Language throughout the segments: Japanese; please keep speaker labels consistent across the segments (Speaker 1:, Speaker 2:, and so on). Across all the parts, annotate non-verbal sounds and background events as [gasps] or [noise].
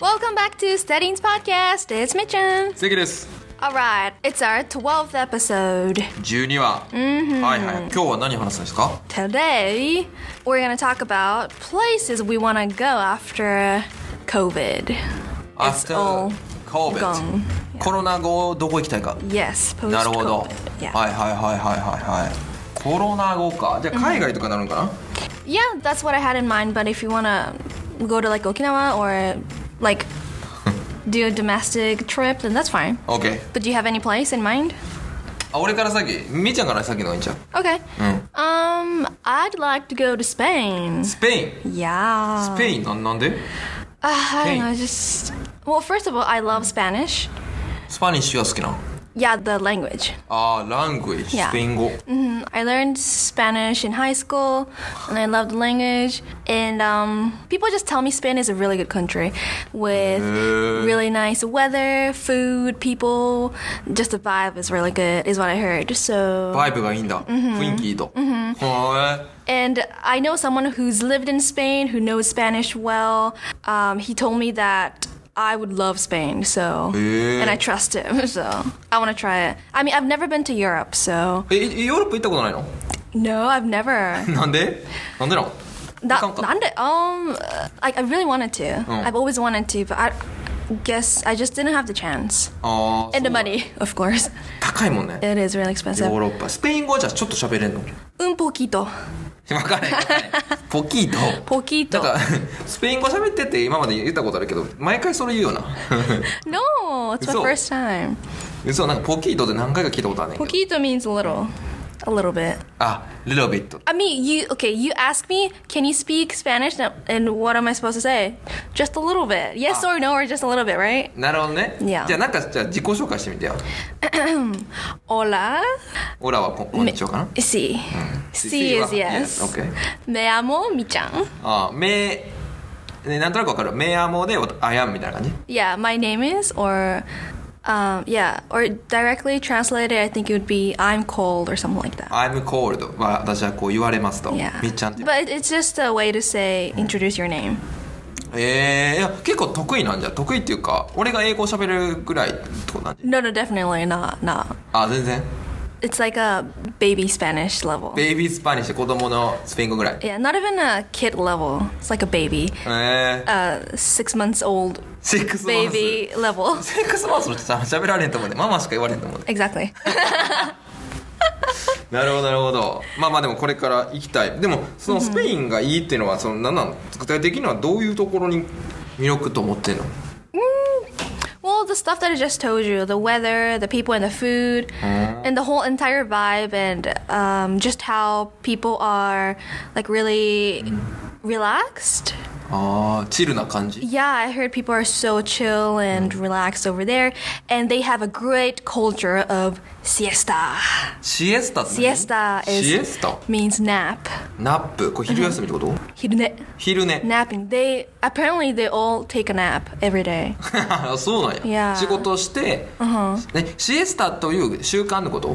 Speaker 1: Welcome back to Studying's podcast. It's Mitchum.
Speaker 2: 関です。
Speaker 1: All right, it's our 12th episode.
Speaker 2: 12話。はいはい。今日は何話すんですか
Speaker 1: Today, we're going to talk about places we want to go after COVID. It's all gone.
Speaker 2: COVID。コロナ後、どこ行きたいか。
Speaker 1: Yes, post
Speaker 2: なるほど。はい
Speaker 1: COVID.
Speaker 2: は
Speaker 1: Yeah.
Speaker 2: いはいはいはいはい。コロナ後か。じゃあ海外とかなるんかな、
Speaker 1: yeah, that's what I had in mind, but if you want to go to like Okinawa or like do a domestic trip, then that's fine.
Speaker 2: ?OK。
Speaker 1: But do you have any place in mind?
Speaker 2: あ、俺から先。みーちゃんから先のがいいんちゃう
Speaker 1: Okay.
Speaker 2: うん。
Speaker 1: Um, I'd like to go to Spain.
Speaker 2: スペイン。
Speaker 1: Yeah.
Speaker 2: スペインなんなんで
Speaker 1: Uh, I don't
Speaker 2: Spain.
Speaker 1: know. Just well, first of all, I love Spanish.
Speaker 2: スパニッシュは好きなの
Speaker 1: Yeah, the language.
Speaker 2: あー、ラングイジ。
Speaker 1: Yeah.
Speaker 2: スペイン語。
Speaker 1: hmm I learned Spanish in high school, and I love the language. And um, people just tell me Spain is a really good country, with really nice weather, food, people. Just the vibe is really good, is what I heard. So,
Speaker 2: バイブがいいんだ。雰囲気いいと。は
Speaker 1: and I know someone who's lived in Spain who knows Spanish well. Um, he told me that. I would love Spain, so
Speaker 2: Eh.
Speaker 1: and I trust him, [laughs] so I want to try it. I mean, I've never been to Europe, so
Speaker 2: ーい。え、ヨーロッパ行ったことないの
Speaker 1: no, I've never.
Speaker 2: なんでなんでなの行かん
Speaker 1: That,
Speaker 2: か
Speaker 1: and um, uh, I, I really wanted to. I've always wanted to, but I guess I just didn't have the chance
Speaker 2: あー
Speaker 1: and the
Speaker 2: そう
Speaker 1: money, [laughs] of course.
Speaker 2: 高いもんね
Speaker 1: It is really
Speaker 2: ヨ
Speaker 1: expensive.
Speaker 2: ーロッパスペイン語はじゃあちょっと喋れんの
Speaker 1: Un poquito,
Speaker 2: 分かんないわかんないポキーと
Speaker 1: poquito.
Speaker 2: なんかスペイン語喋ってって今まで言ったことあるけど毎回それ言うよな [laughs]
Speaker 1: No, it's my
Speaker 2: Uso.
Speaker 1: first time.
Speaker 2: 嘘なんかポキーとって何回か聞いたことあるねんけど
Speaker 1: Poquito means a little, a little bit.
Speaker 2: あリロビット
Speaker 1: I mean, you okay? You ask me, can you speak Spanish? No, And what am I supposed to say? Just a little bit, yes or no, or just a little bit, right? [clears throat]
Speaker 2: なるほどね
Speaker 1: Yeah.
Speaker 2: じゃあなんかじゃあ自己紹介してみてよ
Speaker 1: Hola.
Speaker 2: オラはここんにちはかな
Speaker 1: Sí. Sí
Speaker 2: Sí,
Speaker 1: is
Speaker 2: well,
Speaker 1: yes.
Speaker 2: yes, okay.
Speaker 1: Me amo Michan.
Speaker 2: あめねなんとなく分かるメアモでアヤンみたいな感じ
Speaker 1: Yeah, my name is or um, yeah, or directly translated, I think it would be I'm cold or something like that.
Speaker 2: I'm cold は私はこう言われますと
Speaker 1: Yeah.
Speaker 2: みっちゃんって
Speaker 1: But it- it's just a way to say introduce your name.
Speaker 2: えー、いや結構得意なんじゃ得意っていうか俺が英語喋るぐらいってことなんじゃ
Speaker 1: No, no, definitely not. Not.
Speaker 2: あ全然
Speaker 1: It's like a baby Spanish level.
Speaker 2: ベイビースパニッシュ子供のスペイン語ぐらい
Speaker 1: yeah, not even a kid level. It's like a baby.
Speaker 2: え
Speaker 1: Uh,
Speaker 2: ー、
Speaker 1: six months old
Speaker 2: セックスマウス
Speaker 1: baby level.
Speaker 2: セックスマウスの人喋られへんと思うねママしか言われへんと思うね
Speaker 1: Exactly.
Speaker 2: なるほどなるほどまあまあでもこれから行きたいでもそのスペインがいいっていうのはその何なの具体的にはどういうところに魅力と思ってんの
Speaker 1: Well, the stuff that I just told you the weather, the people, and the food, and the whole entire vibe, and um, just how people are like really relaxed.
Speaker 2: ああチルな感じ
Speaker 1: Yeah, I heard people are so chill and relaxed over there, and they have a great culture of siesta.
Speaker 2: シエスタって何
Speaker 1: シエスタ is-
Speaker 2: シエスタ
Speaker 1: Means nap.
Speaker 2: ナップこれ昼休みってこと
Speaker 1: Hirune-
Speaker 2: 昼寝
Speaker 1: Napping. They apparently they all take a nap every day.
Speaker 2: あ [laughs] そうなんや
Speaker 1: いや
Speaker 2: 仕事して、ね、シエスタという習慣のこと、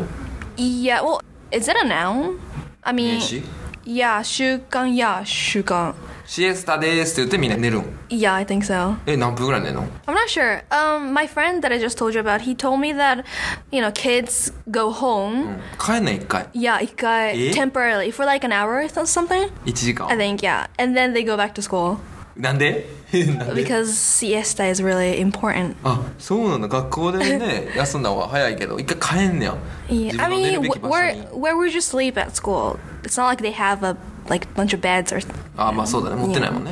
Speaker 1: Yeah. Well, is that a noun? I
Speaker 2: 名
Speaker 1: mean,
Speaker 2: 詞
Speaker 1: yeah, 習慣, yeah, 習慣.
Speaker 2: シエスタですって言ってみんな寝るん
Speaker 1: Yeah, I think so.
Speaker 2: え何分ぐらい寝るの
Speaker 1: I'm not sure. Um, my friend that I just told you about, he told me that, you know, kids go home.
Speaker 2: 帰んない1回
Speaker 1: Yeah, it got
Speaker 2: Mm. Eh?
Speaker 1: temporarily for like an hour or so- something.
Speaker 2: 1時
Speaker 1: I think,
Speaker 2: 間
Speaker 1: yeah. And then they go back to school
Speaker 2: なんでなんで
Speaker 1: because siesta is really important.
Speaker 2: あそうなんだ学校でね休んだ方が早いけど一回帰んねや
Speaker 1: Yeah.
Speaker 2: 自
Speaker 1: I
Speaker 2: 分の寝る
Speaker 1: mean,
Speaker 2: べき
Speaker 1: wh-
Speaker 2: 場所
Speaker 1: where
Speaker 2: に
Speaker 1: where would you sleep at school? It's not like they have a like bunch of beds or.
Speaker 2: あまあそうだね持ってないもんね、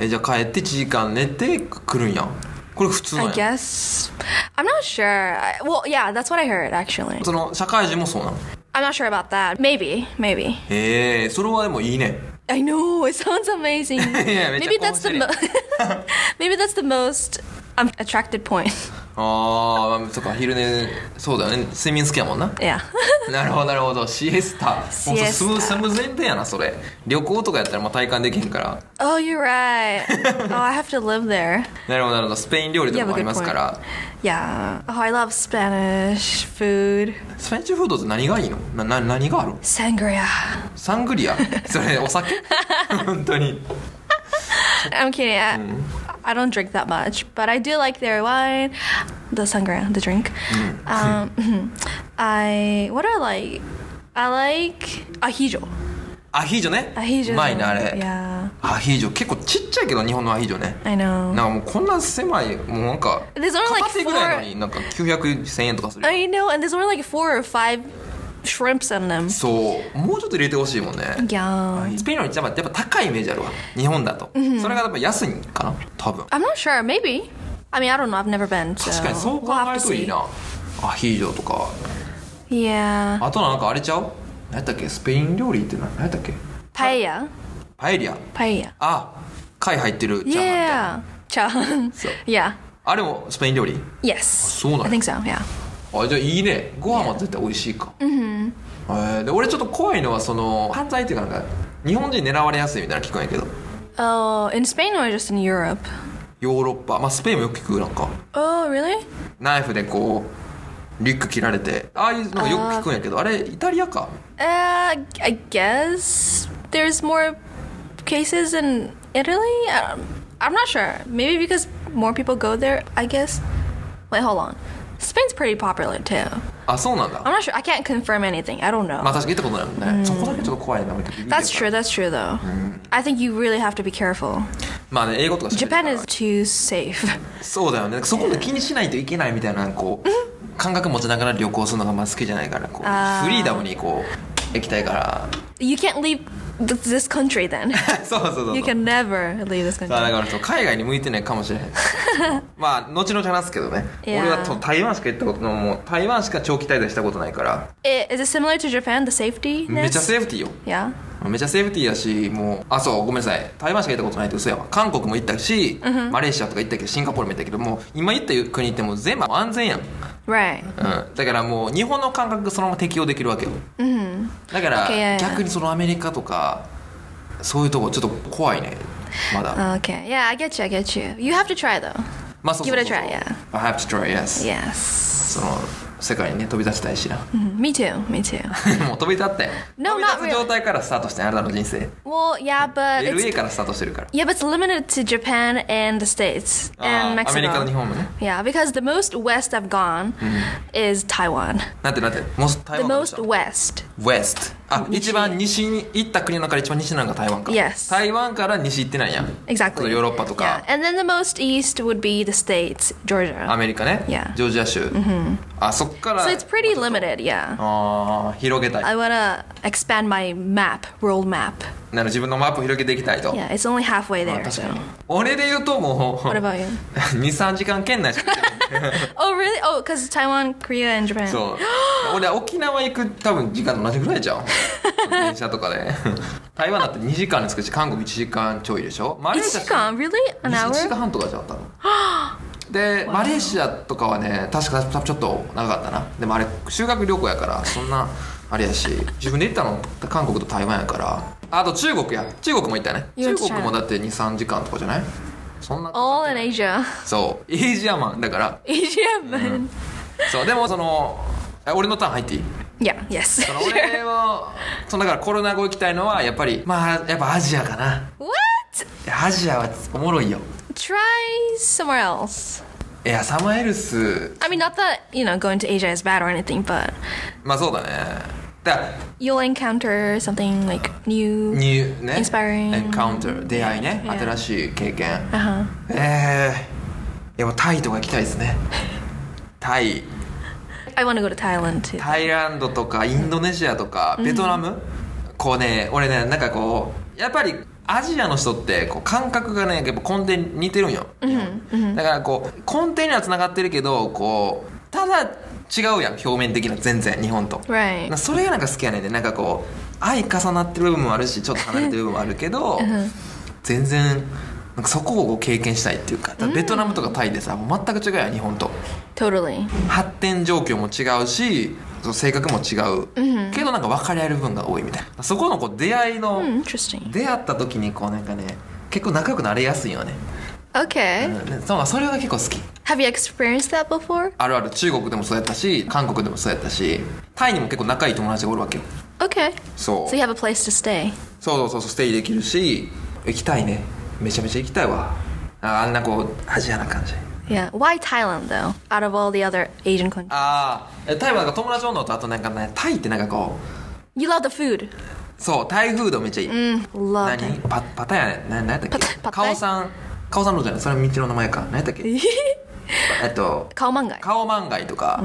Speaker 2: えじゃあ帰って1時間寝て来るんやんこれ普通なん
Speaker 1: I
Speaker 2: や
Speaker 1: guess I'm not sure. I, well, yeah, that's what I heard actually.
Speaker 2: その社会人もそうなの
Speaker 1: I'm not sure about that. Maybe, maybe.
Speaker 2: へえそれはでもいいね
Speaker 1: I know it sounds amazing.
Speaker 2: Yeah, it's
Speaker 1: maybe
Speaker 2: a
Speaker 1: that's the mo- [laughs] maybe that's the most um, attracted point. [laughs]
Speaker 2: ああそっか昼寝そうだよね睡眠好きやもんな
Speaker 1: Yeah. [laughs]
Speaker 2: なるほどなるほどシエスタ
Speaker 1: シ
Speaker 2: もう
Speaker 1: エ
Speaker 2: ス
Speaker 1: スタ
Speaker 2: ムスム前提やなそれ旅行とかやったらもう体感できへんから
Speaker 1: oh, you're right. oh, I have to live there.
Speaker 2: なるほどなるほどスペイン料理と
Speaker 1: You
Speaker 2: か
Speaker 1: have a
Speaker 2: もあり
Speaker 1: good
Speaker 2: ますか
Speaker 1: point.
Speaker 2: ら
Speaker 1: Yeah. Oh, I love Spanish food.
Speaker 2: スペインフードって何がいいのなな何がある
Speaker 1: Sangria.
Speaker 2: サン [laughs] グリアそれお酒本当に
Speaker 1: I'm kidding. I, I don't drink that much, but I do like their wine, the sangria, the drink. Um, [laughs] I what do I like? I like ahijo.
Speaker 2: アヒージョね
Speaker 1: Ahijo.
Speaker 2: うまいねあれ
Speaker 1: Yeah,
Speaker 2: アヒージョ結構ちっちゃいけど日本のアヒージョね
Speaker 1: I
Speaker 2: なん
Speaker 1: know.
Speaker 2: かもうこんな狭いもうなんか
Speaker 1: There's only like
Speaker 2: 片手ぐらいの
Speaker 1: four-
Speaker 2: になんか900,000円とかする
Speaker 1: I know, and there's only like four or five shrimps in them.
Speaker 2: そうもうちょっと入れてほしいもんね
Speaker 1: Yeah.
Speaker 2: スペインの一番やっぱ高いイメージあるわ日本だとそれがやっぱ安いんかな多分
Speaker 1: I'm not sure. Maybe. I mean, I don't know. I've never been. So
Speaker 2: 確かにそう考
Speaker 1: we'll have
Speaker 2: え
Speaker 1: to
Speaker 2: るといい
Speaker 1: see.
Speaker 2: なアヒージョとか
Speaker 1: Yeah.
Speaker 2: あとなんかあれちゃう何やったっけスペイン料理って何何やったっけ
Speaker 1: Paella.
Speaker 2: パエリア
Speaker 1: Paella.
Speaker 2: あ貝入ってるチャーハンみたいな
Speaker 1: Yeah. Chahan. [laughs] Yeah.
Speaker 2: あれもスペイン料理
Speaker 1: Yes.
Speaker 2: so
Speaker 1: I think so. Yeah.
Speaker 2: あじゃあいいねご飯は絶対美味しいかうんえーで俺ちょっと怖いのはその犯罪っていうかなんか日本人狙われやすいみたいなの聞くんやけど
Speaker 1: Oh, in Spain or just in Europe?
Speaker 2: ヨーロッパまあスペインもよく聞くなんか
Speaker 1: Oh, really?
Speaker 2: ナイフでこうリュック切られてああいうのよく聞くんやけどあれイタリアか
Speaker 1: Uh, I guess there's more cases in Italy. Um, I'm not sure. Maybe because more people go there. I guess. Wait, hold on. Spain's pretty popular too.
Speaker 2: あそうなんだ
Speaker 1: I'm not sure. I can't confirm anything. I don't know.
Speaker 2: まあ確かに行ったことないもんね、そこだけちょっと怖いな俺ビビるから
Speaker 1: That's true. That's true, though. I think you really have to be careful.
Speaker 2: まあね英語とか喋れるから
Speaker 1: Japan is too safe. [laughs]
Speaker 2: そうだよねそこで気にしないといけないみたいなこう感覚持ちながら旅行するのがあんま好きじゃないからこう
Speaker 1: あー
Speaker 2: フリーダムにこう行きたいから [laughs]
Speaker 1: You can't leave th- this country then. [laughs]
Speaker 2: そうそうそうそう
Speaker 1: you can never leave this
Speaker 2: まあ
Speaker 1: country.
Speaker 2: だからそう海外に向いてない [laughs] かもしれへんまあ後々話すけどね
Speaker 1: いやー
Speaker 2: 俺はそう台湾しか行ったことないもう台湾しか長期滞在したことないから
Speaker 1: I- Is it similar to Japan, the safety?
Speaker 2: めちゃセーフティーよ
Speaker 1: Yeah.
Speaker 2: めちゃセーフティーやしもうあそうごめんなさい台湾しか行ったことないって嘘やわ韓国も行ったし、マレーシアとか行ったけどシンガポールも行ったけどもう今行った国ってもう全部安全やん、うん、
Speaker 1: Right.
Speaker 2: だからもう日本の感覚そのまま適用できるわけよ、だから
Speaker 1: Okay, yeah, yeah.
Speaker 2: 逆にそのアメリカとかそういうとこちょっと怖いねまだ
Speaker 1: Okay. Yeah, I get you. I get you. You have to try though.
Speaker 2: まあそうそうそう
Speaker 1: Give it a try, yeah.
Speaker 2: I have to try, yes
Speaker 1: Yes.
Speaker 2: その世界にね飛び立ちたいしな
Speaker 1: Mhm. Me too. Me too.
Speaker 2: [laughs] もう飛び立って
Speaker 1: No,
Speaker 2: 飛び立
Speaker 1: not
Speaker 2: つ
Speaker 1: really.
Speaker 2: 状態からスタートしてんあなたの人生
Speaker 1: well, yeah, but
Speaker 2: LA
Speaker 1: it's
Speaker 2: からスタートしてるから
Speaker 1: yeah, but it's limited to Japan and the states
Speaker 2: あ
Speaker 1: and
Speaker 2: ーアメリカと日
Speaker 1: Mexico.
Speaker 2: 本もね
Speaker 1: Yeah, because the most west I've gone is Taiwan.
Speaker 2: なんてなんてもう
Speaker 1: The
Speaker 2: 台湾
Speaker 1: most west.
Speaker 2: West あ一番西に行った国の中で一番西なのが台湾か
Speaker 1: Yes.
Speaker 2: 台湾から西行ってないやん
Speaker 1: Exactly.
Speaker 2: ヨーロッパと
Speaker 1: Yeah.
Speaker 2: か
Speaker 1: And then the most east would be the states,
Speaker 2: ア
Speaker 1: Georgia.
Speaker 2: メリカね
Speaker 1: Yeah.
Speaker 2: ジョージア州あそっから
Speaker 1: So it's pretty limited, yeah.
Speaker 2: あー広げた
Speaker 1: I
Speaker 2: い
Speaker 1: wanna expand my map, world map.
Speaker 2: なの自分のマップを広げていきたいと
Speaker 1: Yeah, it's only halfway
Speaker 2: あ
Speaker 1: there.
Speaker 2: 確
Speaker 1: So.
Speaker 2: かに俺で言うともう
Speaker 1: What
Speaker 2: [laughs]
Speaker 1: about you?
Speaker 2: 23時間圏
Speaker 1: [laughs]
Speaker 2: 内しか
Speaker 1: Oh, really? Oh, because Taiwan, Korea, and Japan.
Speaker 2: そう俺沖縄行く多分時間と同じぐら
Speaker 1: [laughs]
Speaker 2: いじゃん電車とかで [laughs] 台湾だって2時間で着くし韓国1時間ちょいでしょマレーシア
Speaker 1: Ichikan, really? An
Speaker 2: 1時間
Speaker 1: hour?
Speaker 2: 半とかじゃん多 [gasps] 分でマレーシアとかはね確か多分ちょっと長かったなでもあれ修学旅行やからそんなあれやし自分で行ったの韓国と台湾やからあと中国や中国も行ったよね
Speaker 1: You went
Speaker 2: 中
Speaker 1: to
Speaker 2: 国もだって23時間とかじゃないそんな
Speaker 1: All in Asia. [laughs]
Speaker 2: そうエイジアマンだから
Speaker 1: Asia, man.
Speaker 2: そうでもそのえ俺のターン入っていい
Speaker 1: Yeah, yes.
Speaker 2: その
Speaker 1: Sure.
Speaker 2: 俺もそのだからコロナ後行きたいのはやっぱりまあやっぱアジアかな
Speaker 1: [laughs] What?
Speaker 2: アジアはおもろいよ
Speaker 1: Try somewhere else.
Speaker 2: いやサマエルス
Speaker 1: I mean, not that, you know, going to Asia is bad or anything, but
Speaker 2: まあそうだねだから
Speaker 1: you'll encounter something like new.
Speaker 2: ニューね
Speaker 1: Inspiring
Speaker 2: エンカウンター出会いね
Speaker 1: Yeah.
Speaker 2: 新しい経験
Speaker 1: Uh-huh.
Speaker 2: ええやっぱタイとか行きたいですねタイ
Speaker 1: I want to go to Thailand too.
Speaker 2: タイランドとかインドネシアとかベトナム、こうね俺ねなんかこうやっぱりアジアの人ってこう感覚がねやっぱ根底に似てるんよ、だからこう根底にはつながってるけどこうただ違うやん表面的な全然日本と
Speaker 1: Right.
Speaker 2: なそれがなんか好きやねんでなんかこう相重なってる部分もあるしちょっと離れてる部分もあるけ [laughs] ど、全然なんかそこをこう経験したいっていうかだからベトナムとかタイでさもう全く違うやん日本と
Speaker 1: Totally.
Speaker 2: 発展状況も違うしその性格も違う、けどなんか分かり合える部分が多いみたいなそこのこう出会いの、
Speaker 1: Hmm, Interesting.
Speaker 2: 出会った時にこうなんかね結構仲良くなれやすいよね、う
Speaker 1: Okay.
Speaker 2: んねそうそれが結構好き
Speaker 1: Have you experienced that before?
Speaker 2: あるある中国でもそうやったし韓国でもそうやったしタイにも結構仲いい友達がおるわけよ
Speaker 1: Okay.
Speaker 2: そう
Speaker 1: So you have a place to stay.
Speaker 2: そうそうそうそうステイできるし行きたいねめちゃめちゃ行きたいわああんなこうアジアな感じ
Speaker 1: Yeah. Why Thailand though? Out of all the other Asian countries,
Speaker 2: ああタイはなんか友達おんのとあとなんかねタイってなんかこ
Speaker 1: you love the food.
Speaker 2: うそうタイフードめっちゃいい、
Speaker 1: Love
Speaker 2: 何
Speaker 1: it.
Speaker 2: パパタヤね何やったっ
Speaker 1: パタ
Speaker 2: け
Speaker 1: パタ
Speaker 2: カ
Speaker 1: ヤ
Speaker 2: オさんカオさんのじゃないそれは道の名前か何やったっけえっと
Speaker 1: Khao mangai.
Speaker 2: カオマンガイとか、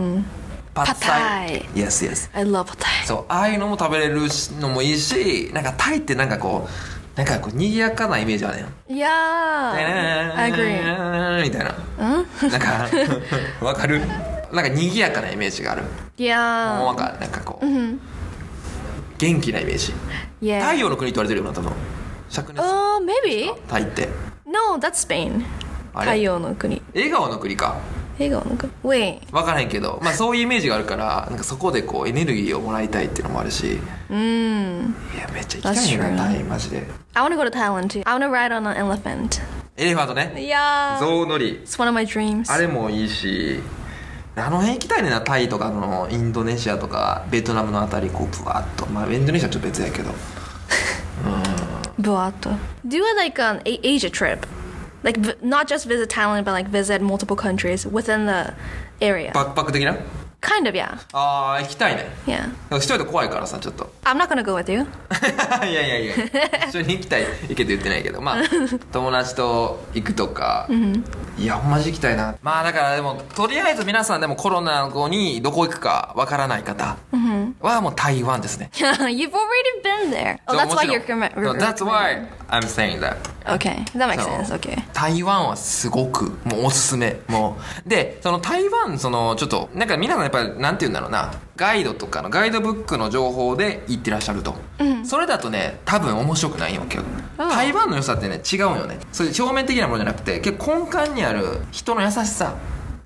Speaker 2: パッタイ
Speaker 1: パッ
Speaker 2: Yes yes
Speaker 1: I love pad thai.
Speaker 2: そうああいうのも食べれるのもいいしなんかタイってなんかこうなんかこう賑やかなイメージあるやん
Speaker 1: Yeah. I agree.
Speaker 2: みたいななんかわか [laughs] るなんか賑やかなイメージがある
Speaker 1: Yeah. Mm-hmm.
Speaker 2: もうなんかなんかこう、元気なイメージ
Speaker 1: Yeah.
Speaker 2: 太陽の国と言われてるよな多分灼熱
Speaker 1: Oh, maybe.
Speaker 2: タイって
Speaker 1: No, that's Spain.
Speaker 2: あれ？
Speaker 1: 太陽の国。
Speaker 2: 笑顔の国か
Speaker 1: 笑顔の国。Wait.
Speaker 2: わからへんけど、まあ、そういうイメージがあるからなんかそこでこうエネルギーをもらいたいっていうのもあるしいやめっちゃ行きたい
Speaker 1: That's true.
Speaker 2: なタイマジで
Speaker 1: Mm. I want to go to Thailand too. I want to ride on an elephant.
Speaker 2: エレファントね
Speaker 1: Yeah.
Speaker 2: 象乗り
Speaker 1: It's one of my dreams.
Speaker 2: あれもいいしあの辺行きたいねんなタイとかのインドネシアとかベトナムのあたりこうブワッとまあインドネシアはちょっと別やけど
Speaker 1: Buato. Do a, like an A- Asia trip. Like v- not just visit Thailand, but like visit multiple countries within the area.
Speaker 2: バックパック的な
Speaker 1: kind of, yeah.
Speaker 2: あー行きたいね
Speaker 1: Yeah.
Speaker 2: なんか一人で怖いからさちょっと [laughs]
Speaker 1: I'm not gonna go with you.
Speaker 2: いやいやいや一緒に行きたい行けって言ってない
Speaker 1: [laughs]
Speaker 2: けどまあ友達と行くとか、いやほんまじ行きたいなまあだからでもとりあえず皆さんでもコロナ後にどこ行くかわからない方はもう台湾ですね
Speaker 1: [laughs] You've already been there. Oh, that's why
Speaker 2: も
Speaker 1: you're
Speaker 2: ちろん
Speaker 1: comm-
Speaker 2: No, That's why I'm saying that
Speaker 1: Okay, that makes
Speaker 2: そう
Speaker 1: sense. Okay.
Speaker 2: 台湾はすごくもうおすすめもうでその台湾そのちょっとなんか皆さんやっぱりなんて言うんだろうなガイドとかのガイドブックの情報で行ってらっしゃると、それだとね多分面白くないわけよ
Speaker 1: ああ
Speaker 2: 台湾の良さってね違うよねそれ表面的なものじゃなくて結構根幹にある人の優しさこ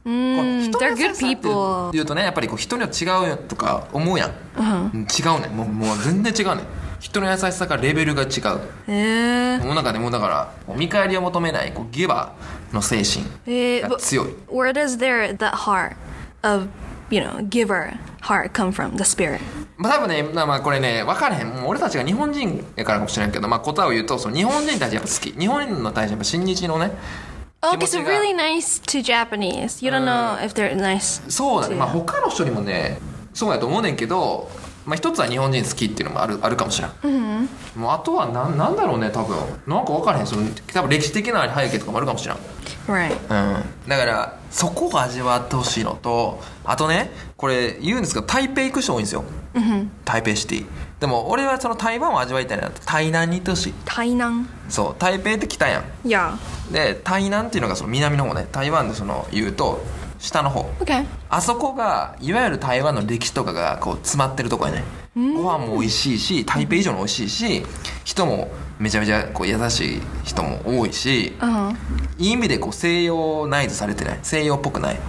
Speaker 2: う
Speaker 1: Mm,
Speaker 2: 人
Speaker 1: they're
Speaker 2: の優
Speaker 1: good
Speaker 2: しさって
Speaker 1: people.
Speaker 2: 言うとねやっぱりこう人には違うよとか思うやん、
Speaker 1: Uh-huh.
Speaker 2: うん、違うねもうもう全然違うね人の優しさがレベルが違う
Speaker 1: Eh,
Speaker 2: もうなんかねもうだから見返りを求めないこうギバーの精神
Speaker 1: eh,
Speaker 2: が
Speaker 1: but
Speaker 2: 強い
Speaker 1: where does their that heart of you know giver heart come from? The spirit.
Speaker 2: まあ多分ね、まあ、まあこれね分からへんもう俺たちが日本人やからかもしれんけど、まあ、答えを言うとその日本人たちやっぱ好き日本人の対してやっぱ親日のね
Speaker 1: Oh, because they're
Speaker 2: 気持ちが-
Speaker 1: really nice to Japanese. You
Speaker 2: Uh,
Speaker 1: don't know if they're nice.
Speaker 2: そうだね、
Speaker 1: 強い
Speaker 2: まあ、他の人にもねそうやと思うねんけど、まあ、一つは日本人好きっていうのもあるあるかもしれん、もうあとはなんなんだろうね多分なんか分からへんその多分歴史的な背景とかもあるかもしれん
Speaker 1: Right.
Speaker 2: うん、だからそこを味わってほしいのとあとねこれ言うんですけど台北行く人多いんですよ、
Speaker 1: Mm-hmm.
Speaker 2: 台北シティでも俺はその台湾を味わいたいなって台南に行ってほしい
Speaker 1: Tainan.
Speaker 2: そう台北って北や
Speaker 1: Yeah.
Speaker 2: んで台南っていうのがその南の方ね台湾でその言うと下の方
Speaker 1: Okay.
Speaker 2: あそこがいわゆる台湾の歴史とかがこう詰まってるとこやねご飯も美味しいし台北以上に美味しいし人もめちゃめちゃこう優しい人も多いし、
Speaker 1: Uh huh.
Speaker 2: いい意味でこう西洋ナイズされてない西洋っぽくない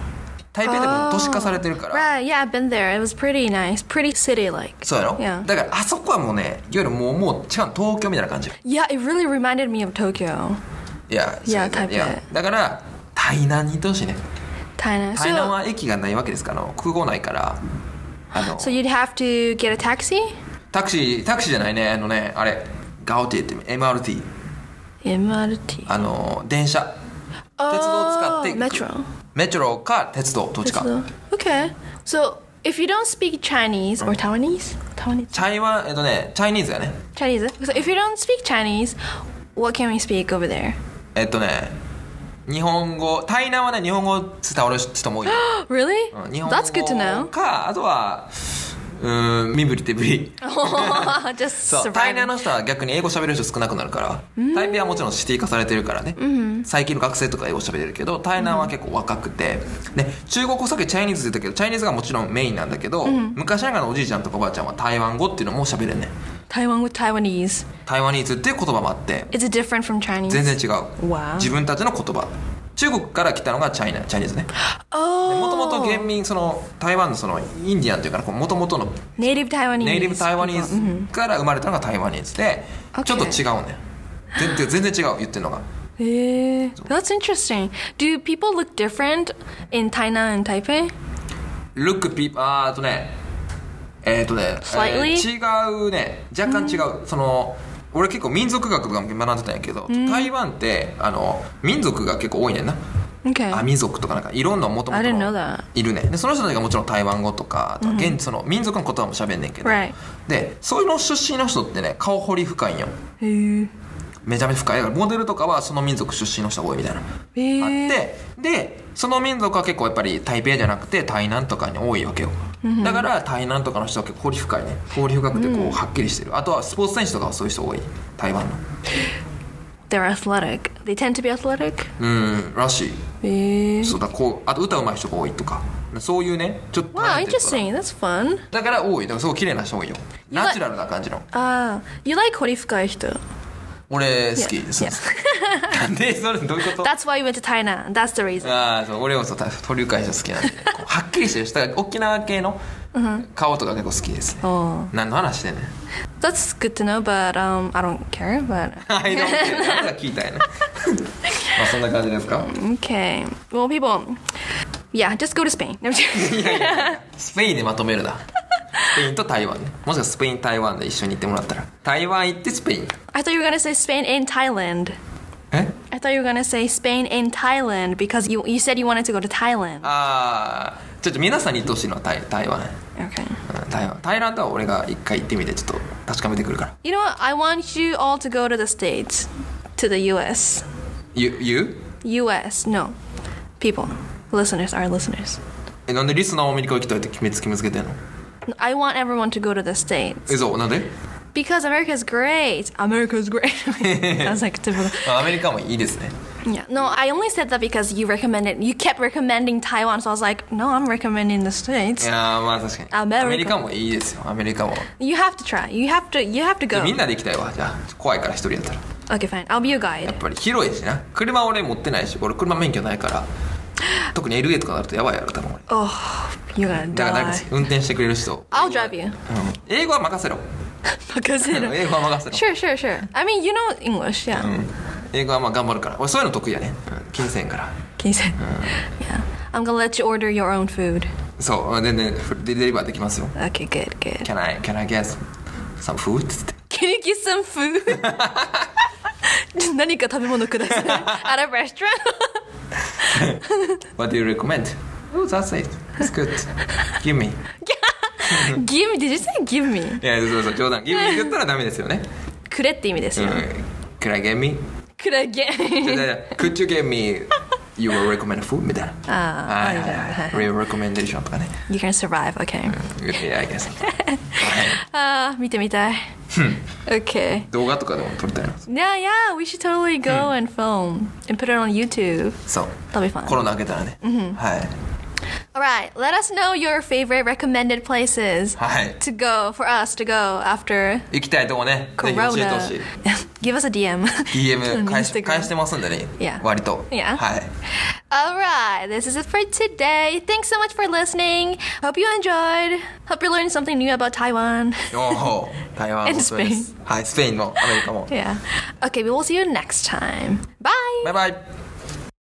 Speaker 2: 台北でも都市化されてるから、
Speaker 1: Oh. Right. Yeah, I've been there. It was pretty nice. Pretty city like.
Speaker 2: そうやろ、
Speaker 1: Yeah.
Speaker 2: だからあそこはもうねいわゆるもうもう違う東京みたいな感じ
Speaker 1: Yeah, it really reminded me of Tokyo.
Speaker 2: いや
Speaker 1: いや
Speaker 2: そう
Speaker 1: 台北
Speaker 2: やだから台南に行ってほしいね
Speaker 1: Tainan.
Speaker 2: 台南
Speaker 1: So,
Speaker 2: は駅がないわけですからあの空港ないからあの
Speaker 1: so you'd have to get a taxi?
Speaker 2: タクシータクシーじゃないねあのねあれガオティって MRT
Speaker 1: MRT.
Speaker 2: あの電車鉄道を使っ
Speaker 1: Oh,
Speaker 2: ていく
Speaker 1: metro.
Speaker 2: メトロか鉄道どっちか
Speaker 1: Metro. Okay. So if you don't speak Chinese or Taiwanese, Taiwanese,
Speaker 2: 台湾えっとねチャイニーズやね
Speaker 1: Chinese. eh? So if you don't speak Chinese, what can we speak over there? [gasps]
Speaker 2: えっとね日本語台南はね日本語伝わる
Speaker 1: [gasps]
Speaker 2: 人も多いよ
Speaker 1: Really?
Speaker 2: うん日本語
Speaker 1: That's good to
Speaker 2: [laughs]
Speaker 1: know. [laughs]
Speaker 2: かあとはうーん身振り手振り
Speaker 1: Just
Speaker 2: そう台南
Speaker 1: surviving.
Speaker 2: の人は逆に英語喋れる人少なくなるから台北はもちろんシティ化されてるからね、最近の学生とか英語喋れるけど台南は結構若くて、ね、中国語さっきチャイニーズって言ったけどチャイニーズがもちろんメインなんだけど、昔ながらのおじいちゃんとかおばあちゃんは台湾語っていうのも喋れんねん
Speaker 1: Taiwan with Taiwanese.
Speaker 2: 台湾ニーズっていう言葉もあって
Speaker 1: Is it different from Chinese?
Speaker 2: 全然違う
Speaker 1: Wow.
Speaker 2: 自分たちの言葉中国から来たのがチャイナチャイニーズね
Speaker 1: Oh.
Speaker 2: もともと原民その台湾のそのインディアンというかもともとの
Speaker 1: Native Taiwanese.
Speaker 2: ネイティブ台湾ニ
Speaker 1: people. Mhm.
Speaker 2: ーズから生まれたのが台湾ニーズで
Speaker 1: Okay.
Speaker 2: ちょっと違うね全然全然違う言ってるのが
Speaker 1: Eh, That's interesting. Do people look different in Tainan and Taipei?
Speaker 2: Look people あーあとねえっ、とね、えー
Speaker 1: Slightly?
Speaker 2: 違うね若干違う、その俺結構民族学とかも学んでたんやけど、台湾ってあの民族が結構多いねんな
Speaker 1: Okay.
Speaker 2: アミ族とかなんかいろんなもとも
Speaker 1: I
Speaker 2: と
Speaker 1: didn't know that.
Speaker 2: いるねでその人たちがもちろん台湾語とかあとは現地その民族の言葉も喋んねんけど、
Speaker 1: Right.
Speaker 2: でそういうの出身の人ってね顔彫り深いんよ
Speaker 1: へえ。
Speaker 2: めちゃめちゃ深いだからモデルとかはその民族出身の人が多いみたいな
Speaker 1: へえ。
Speaker 2: あってでその民族は結構やっぱり台北じゃなくて台南とかに多いわけよだから台南とかの人は結構掘り深いね掘り深くてこうはっきりしてる、あとはスポーツ選手とかはそういう人多い台湾の
Speaker 1: They're athletic. They tend to be athletic.
Speaker 2: うんらしい
Speaker 1: へえ。
Speaker 2: そうだこうあと歌うまい人が多いとかそういうねちょっと
Speaker 1: Wow,
Speaker 2: なんていうのかな
Speaker 1: interesting. That's fun.
Speaker 2: だから多いだからすごい綺麗な人多いよナチュラルな感じの
Speaker 1: Ah, you like 掘り深い人。
Speaker 2: 俺好き
Speaker 1: Yeah.
Speaker 2: そうそうなんでそれどういうこと
Speaker 1: That's why you went to Thailand. That's the reason.
Speaker 2: ああそう俺もそう鳥海人好きなん [laughs] でこうはっきりしてる人だから沖縄系の顔とか結構好きですね
Speaker 1: Oh,
Speaker 2: 何の話 [laughs] でね
Speaker 1: that's good to know, but um, I don't care. But
Speaker 2: はいどうも何か聞いたよね [laughs] まあそんな感じですか
Speaker 1: okay. Well, people, yeah, just go to Spain. No, I'm just-
Speaker 2: いやいやスペインでまとめるなスペインと台湾ねもしくはスペイン台湾で一緒に行ってもらったら台湾行ってスペイン
Speaker 1: I thought you were gonna say Spain in Thailand.
Speaker 2: え
Speaker 1: I thought you were gonna say Spain in Thailand because you you said you wanted to go to Thailand.
Speaker 2: ああちょっと皆さんに言ってほしいのは台台湾ね
Speaker 1: Okay.
Speaker 2: うん台湾台湾とは俺が一回行ってみてちょっと確かめてくるから
Speaker 1: You know what? I want you all to go to the states, to the U.S.
Speaker 2: You? you?
Speaker 1: U.S. No, people, listeners, our listeners.
Speaker 2: えなんでリスナーをアメリカ行きたいって決めつけつけてんの
Speaker 1: I want everyone to go to the states
Speaker 2: えそうなんで
Speaker 1: because America's great. America's great. [laughs] Sounds like typical.
Speaker 2: あアメリカもいいですね
Speaker 1: Yeah. No, I only said that because you recommended. You kept recommending Taiwan, so I was like, no, I'm recommending the
Speaker 2: い
Speaker 1: states.
Speaker 2: やーまあ確かに
Speaker 1: アメリカ
Speaker 2: アメリカもいいですよアメリカも
Speaker 1: You have to try. You have to. You have to
Speaker 2: み
Speaker 1: go.
Speaker 2: んなで行きたいわじゃあ怖いから一人やったら
Speaker 1: Okay, fine. I'll be your
Speaker 2: やっ
Speaker 1: guide.
Speaker 2: ぱり広いしな車俺持ってないし俺車免許ないから特に LA とかなるとやばいやろ多分俺
Speaker 1: Oh, you're gonna
Speaker 2: だから誰
Speaker 1: die. [laughs]
Speaker 2: か運転してくれる人
Speaker 1: I'll drive you.
Speaker 2: うん英語は任せろ
Speaker 1: Because [laughs] you
Speaker 2: う
Speaker 1: know.
Speaker 2: ん英語は任せろ
Speaker 1: Sure, sure, sure. I mean, you know English, yeah.
Speaker 2: うん英語はまあ頑張るから俺そういうの得意やねうん金銭から
Speaker 1: Can you say? Yeah. I'm gonna let you order your own food.
Speaker 2: そううん全然フデリバーできますよ
Speaker 1: Okay, good, good.
Speaker 2: Can I, can I get some food? つって
Speaker 1: Can you get some food? [laughs] 何か食べ物ください at a restaurant. [laughs]
Speaker 2: What do you recommend? Oh, that's it. That's good. Give me.
Speaker 1: give me. Did you say give me?
Speaker 2: いや、そうそ
Speaker 1: [laughs]
Speaker 2: う、冗談。Give me って言ったらダメですよね。
Speaker 1: くれって意味です
Speaker 2: うん
Speaker 1: よ。。
Speaker 2: Could I get me?
Speaker 1: くれげ。
Speaker 2: いやいや Could you get me your recommended food? みたいな。
Speaker 1: あー
Speaker 2: はいはい
Speaker 1: はいはい
Speaker 2: はい。Your recommendation とかね。
Speaker 1: [laughs] You can survive. Okay.
Speaker 2: いや、I guess.
Speaker 1: ああ見てみたい。okay.
Speaker 2: 動画とかでも撮りたいな。
Speaker 1: Yeah, yeah. We should totally go and film and put it on YouTube.
Speaker 2: そう。
Speaker 1: That'll be fun.
Speaker 2: コロナ明けたらね。はい。
Speaker 1: All right. Let us know your favorite recommended places
Speaker 2: はい。
Speaker 1: to go for us to go after
Speaker 2: 行きたいとこね。ぜひ教えてほし
Speaker 1: Corona.
Speaker 2: い。
Speaker 1: [laughs] Give us a DM. on
Speaker 2: DM 返し
Speaker 1: Instagram.
Speaker 2: 返してますんでね
Speaker 1: Yeah.。
Speaker 2: 割と。
Speaker 1: Yeah.
Speaker 2: はい。
Speaker 1: [laughs] All right, this is it for today. Thanks so much for listening. Hope you enjoyed. Hope you learned something new about Taiwan. [laughs]
Speaker 2: おお。台湾
Speaker 1: And
Speaker 2: もそうですはい、スペインもアメリカも。
Speaker 1: [laughs] yeah. Okay, we will see you next time. Bye.
Speaker 2: バイバイ。